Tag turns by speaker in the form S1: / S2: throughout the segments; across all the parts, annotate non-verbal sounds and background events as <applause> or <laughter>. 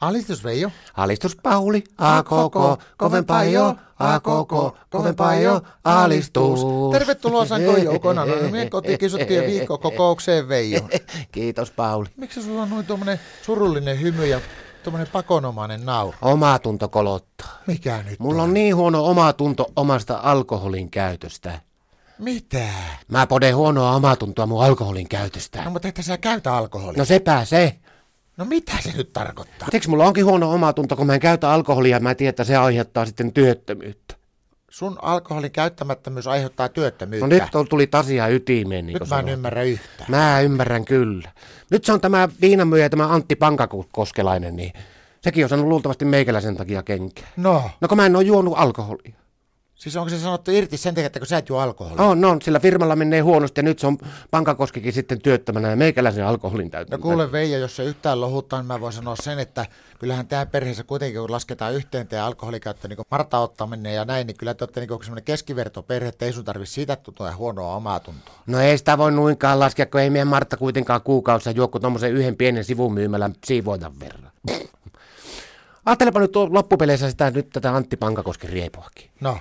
S1: Alistus Veijo.
S2: Alistus Pauli, a koko, kovempaa jo, a koko, kovempaa jo, alistus.
S1: Tervetuloa Sankoin joukona
S2: <laughs>
S1: Anonymien kotikisuttiin viikkokokoukseen Veijo.
S2: Kiitos Pauli.
S1: Miksi sulla on noin tuommoinen surullinen hymy ja tuommoinen pakonomainen nauru?
S2: Oma tunto kolottaa.
S1: Mikä nyt
S2: Mulla on niin huono oma tunto omasta alkoholin käytöstä.
S1: Mitä?
S2: Mä poden huonoa omatuntoa mun alkoholin käytöstä.
S1: No mutta että sä käytä alkoholia.
S2: No sepä se.
S1: No mitä se nyt tarkoittaa?
S2: Siksi mulla onkin huono omatunto, kun mä en käytä alkoholia ja mä tiedän, että se aiheuttaa sitten työttömyyttä.
S1: Sun alkoholin käyttämättömyys aiheuttaa työttömyyttä.
S2: No nyt on, tuli asia ytimeen, niin
S1: nyt
S2: kuin
S1: mä en
S2: sanotaan.
S1: ymmärrä yhtään.
S2: Mä ymmärrän kyllä. Nyt se on tämä viinamyyjä, tämä Antti Pankakoskelainen, niin sekin on saanut luultavasti meikäläisen takia kenkää.
S1: No,
S2: No kun mä en ole juonut alkoholia. No
S1: siis onko se sanottu irti sen takia, että kun sä et juo alkoholia?
S2: On, on, sillä firmalla menee huonosti ja nyt se on Pankakoskikin sitten työttömänä ja meikäläisen alkoholin täytyy.
S1: No kuule Veijo, jos se yhtään lohuttaa, niin mä voin sanoa sen, että kyllähän tämä perheessä kuitenkin, kun lasketaan yhteen tämä alkoholikäyttö, niin kuin Marta ottaminen ja näin, niin kyllä te olette niin kuin semmoinen keskivertoperhe, että ei sun tarvitse siitä tuntua huonoa omaa tuntoa.
S2: No ei sitä voi nuinkaan laskea, kun ei meidän Martta kuitenkaan kuukausissa juo kuin tommosen yhden pienen sivumyymälän siivoitan verran. Ajattelepa nyt tuo loppupeleissä sitä nyt tätä Antti Pankakosken riepoakin.
S1: No,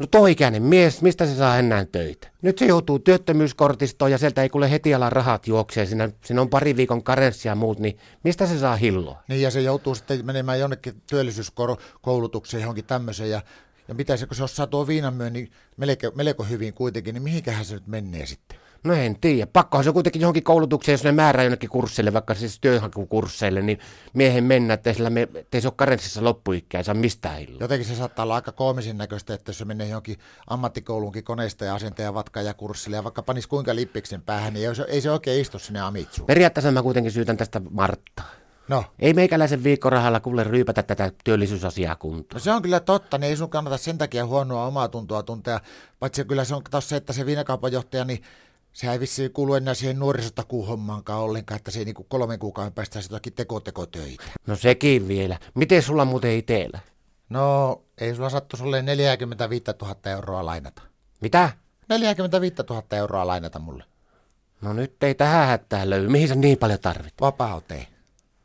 S2: No toi ikäinen mies, mistä se saa enää töitä? Nyt se joutuu työttömyyskortistoon ja sieltä ei kuule heti ala rahat juoksee. Siinä, siinä on pari viikon karenssia ja muut, niin mistä se saa hilloa?
S1: niin ja se joutuu sitten menemään jonnekin työllisyyskoulutukseen johonkin tämmöiseen ja, ja mitä se, kun se osaa tuo viinan myön, niin melko, melko hyvin kuitenkin, niin mihinkähän se nyt menee sitten?
S2: No en tiedä. Pakkohan se on kuitenkin johonkin koulutukseen, jos ne määrää jonnekin kurssille, vaikka siis työhakukursseille, niin miehen mennä, ettei, sillä me, ettei se ole karenssissa loppuikää, ei saa mistään hilloa.
S1: Jotenkin se saattaa olla aika koomisen näköistä, että jos se menee johonkin ammattikouluunkin koneista ja asentaja ja kurssille ja vaikka panis kuinka lippiksen päähän, niin ei se, ei se oikein istu sinne amitsuun.
S2: Periaatteessa mä kuitenkin syytän tästä Marttaa.
S1: No,
S2: Ei meikäläisen viikkorahalla kuule ryypätä tätä työllisyysasiaa kuntoon.
S1: no se on kyllä totta, niin ei sun kannata sen takia huonoa omaa tuntoa tuntea, paitsi kyllä se on taas se, että se viinakaupanjohtaja, niin sehän ei vissiin kuulu enää siihen nuorisotakuuhommaankaan ollenkaan, että se ei niinku kolmen kuukauden päästä saisi jotakin tekotekotöitä.
S2: No sekin vielä. Miten sulla muuten itellä?
S1: No, ei sulla sattu sulle 45 000 euroa lainata.
S2: Mitä?
S1: 45 000 euroa lainata mulle.
S2: No nyt ei tähän hätään löy. Mihin sä niin paljon tarvit?
S1: Vapauteen.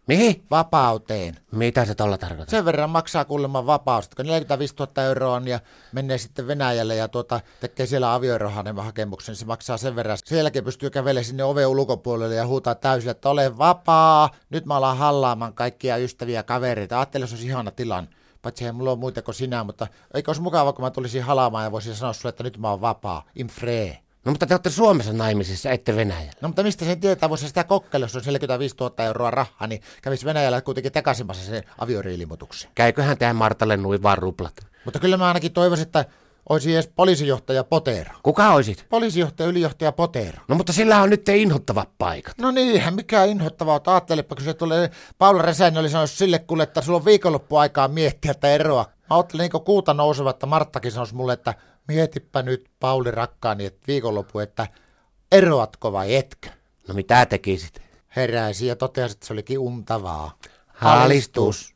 S2: Mihin?
S1: Vapauteen.
S2: Mitä se tolla tarkoittaa?
S1: Sen verran maksaa kuulemma vapaus, että kun 45 000 euroa on ja menee sitten Venäjälle ja tuota, tekee siellä avioerohanen hakemuksen, niin se maksaa sen verran. Sen jälkeen pystyy kävelemään sinne oven ulkopuolelle ja huutaa täysillä, että ole vapaa, nyt mä alan hallaamaan kaikkia ystäviä ja kavereita. Ajattelin, se olisi ihana tilan. Paitsi ei mulla ole muita kuin sinä, mutta eikö olisi mukava, kun mä tulisin halaamaan ja voisin sanoa sulle, että nyt mä oon vapaa. I'm free.
S2: No mutta te olette Suomessa naimisissa, ette Venäjällä.
S1: No mutta mistä sen tietää, voisi sitä kokkeilla, jos on 45 000 euroa rahaa, niin kävisi Venäjällä kuitenkin takaisinmassa sen avioriilimutuksen.
S2: Käyköhän tähän Martalle nuin vaan ruplat?
S1: Mutta kyllä mä ainakin toivoisin, että olisi edes poliisijohtaja Potero.
S2: Kuka oisit?
S1: Poliisijohtaja, ylijohtaja Potero.
S2: No mutta sillä on nyt te inhottavat paikat.
S1: No niinhän, mikä inhottavaa, että ajattelepa, kun se tulee, Paula Räsänen oli sanonut sille kuule, että sulla on viikonloppuaikaa miettiä että eroa. Mä ajattelin niin kuuta nouseva, että Marttakin sanoisi mulle, että mietipä nyt Pauli rakkaani, että viikonloppu, että eroatko vai etkö.
S2: No mitä tekisit?
S1: Heräisi ja totesi, että se olikin untavaa.
S2: Halistus.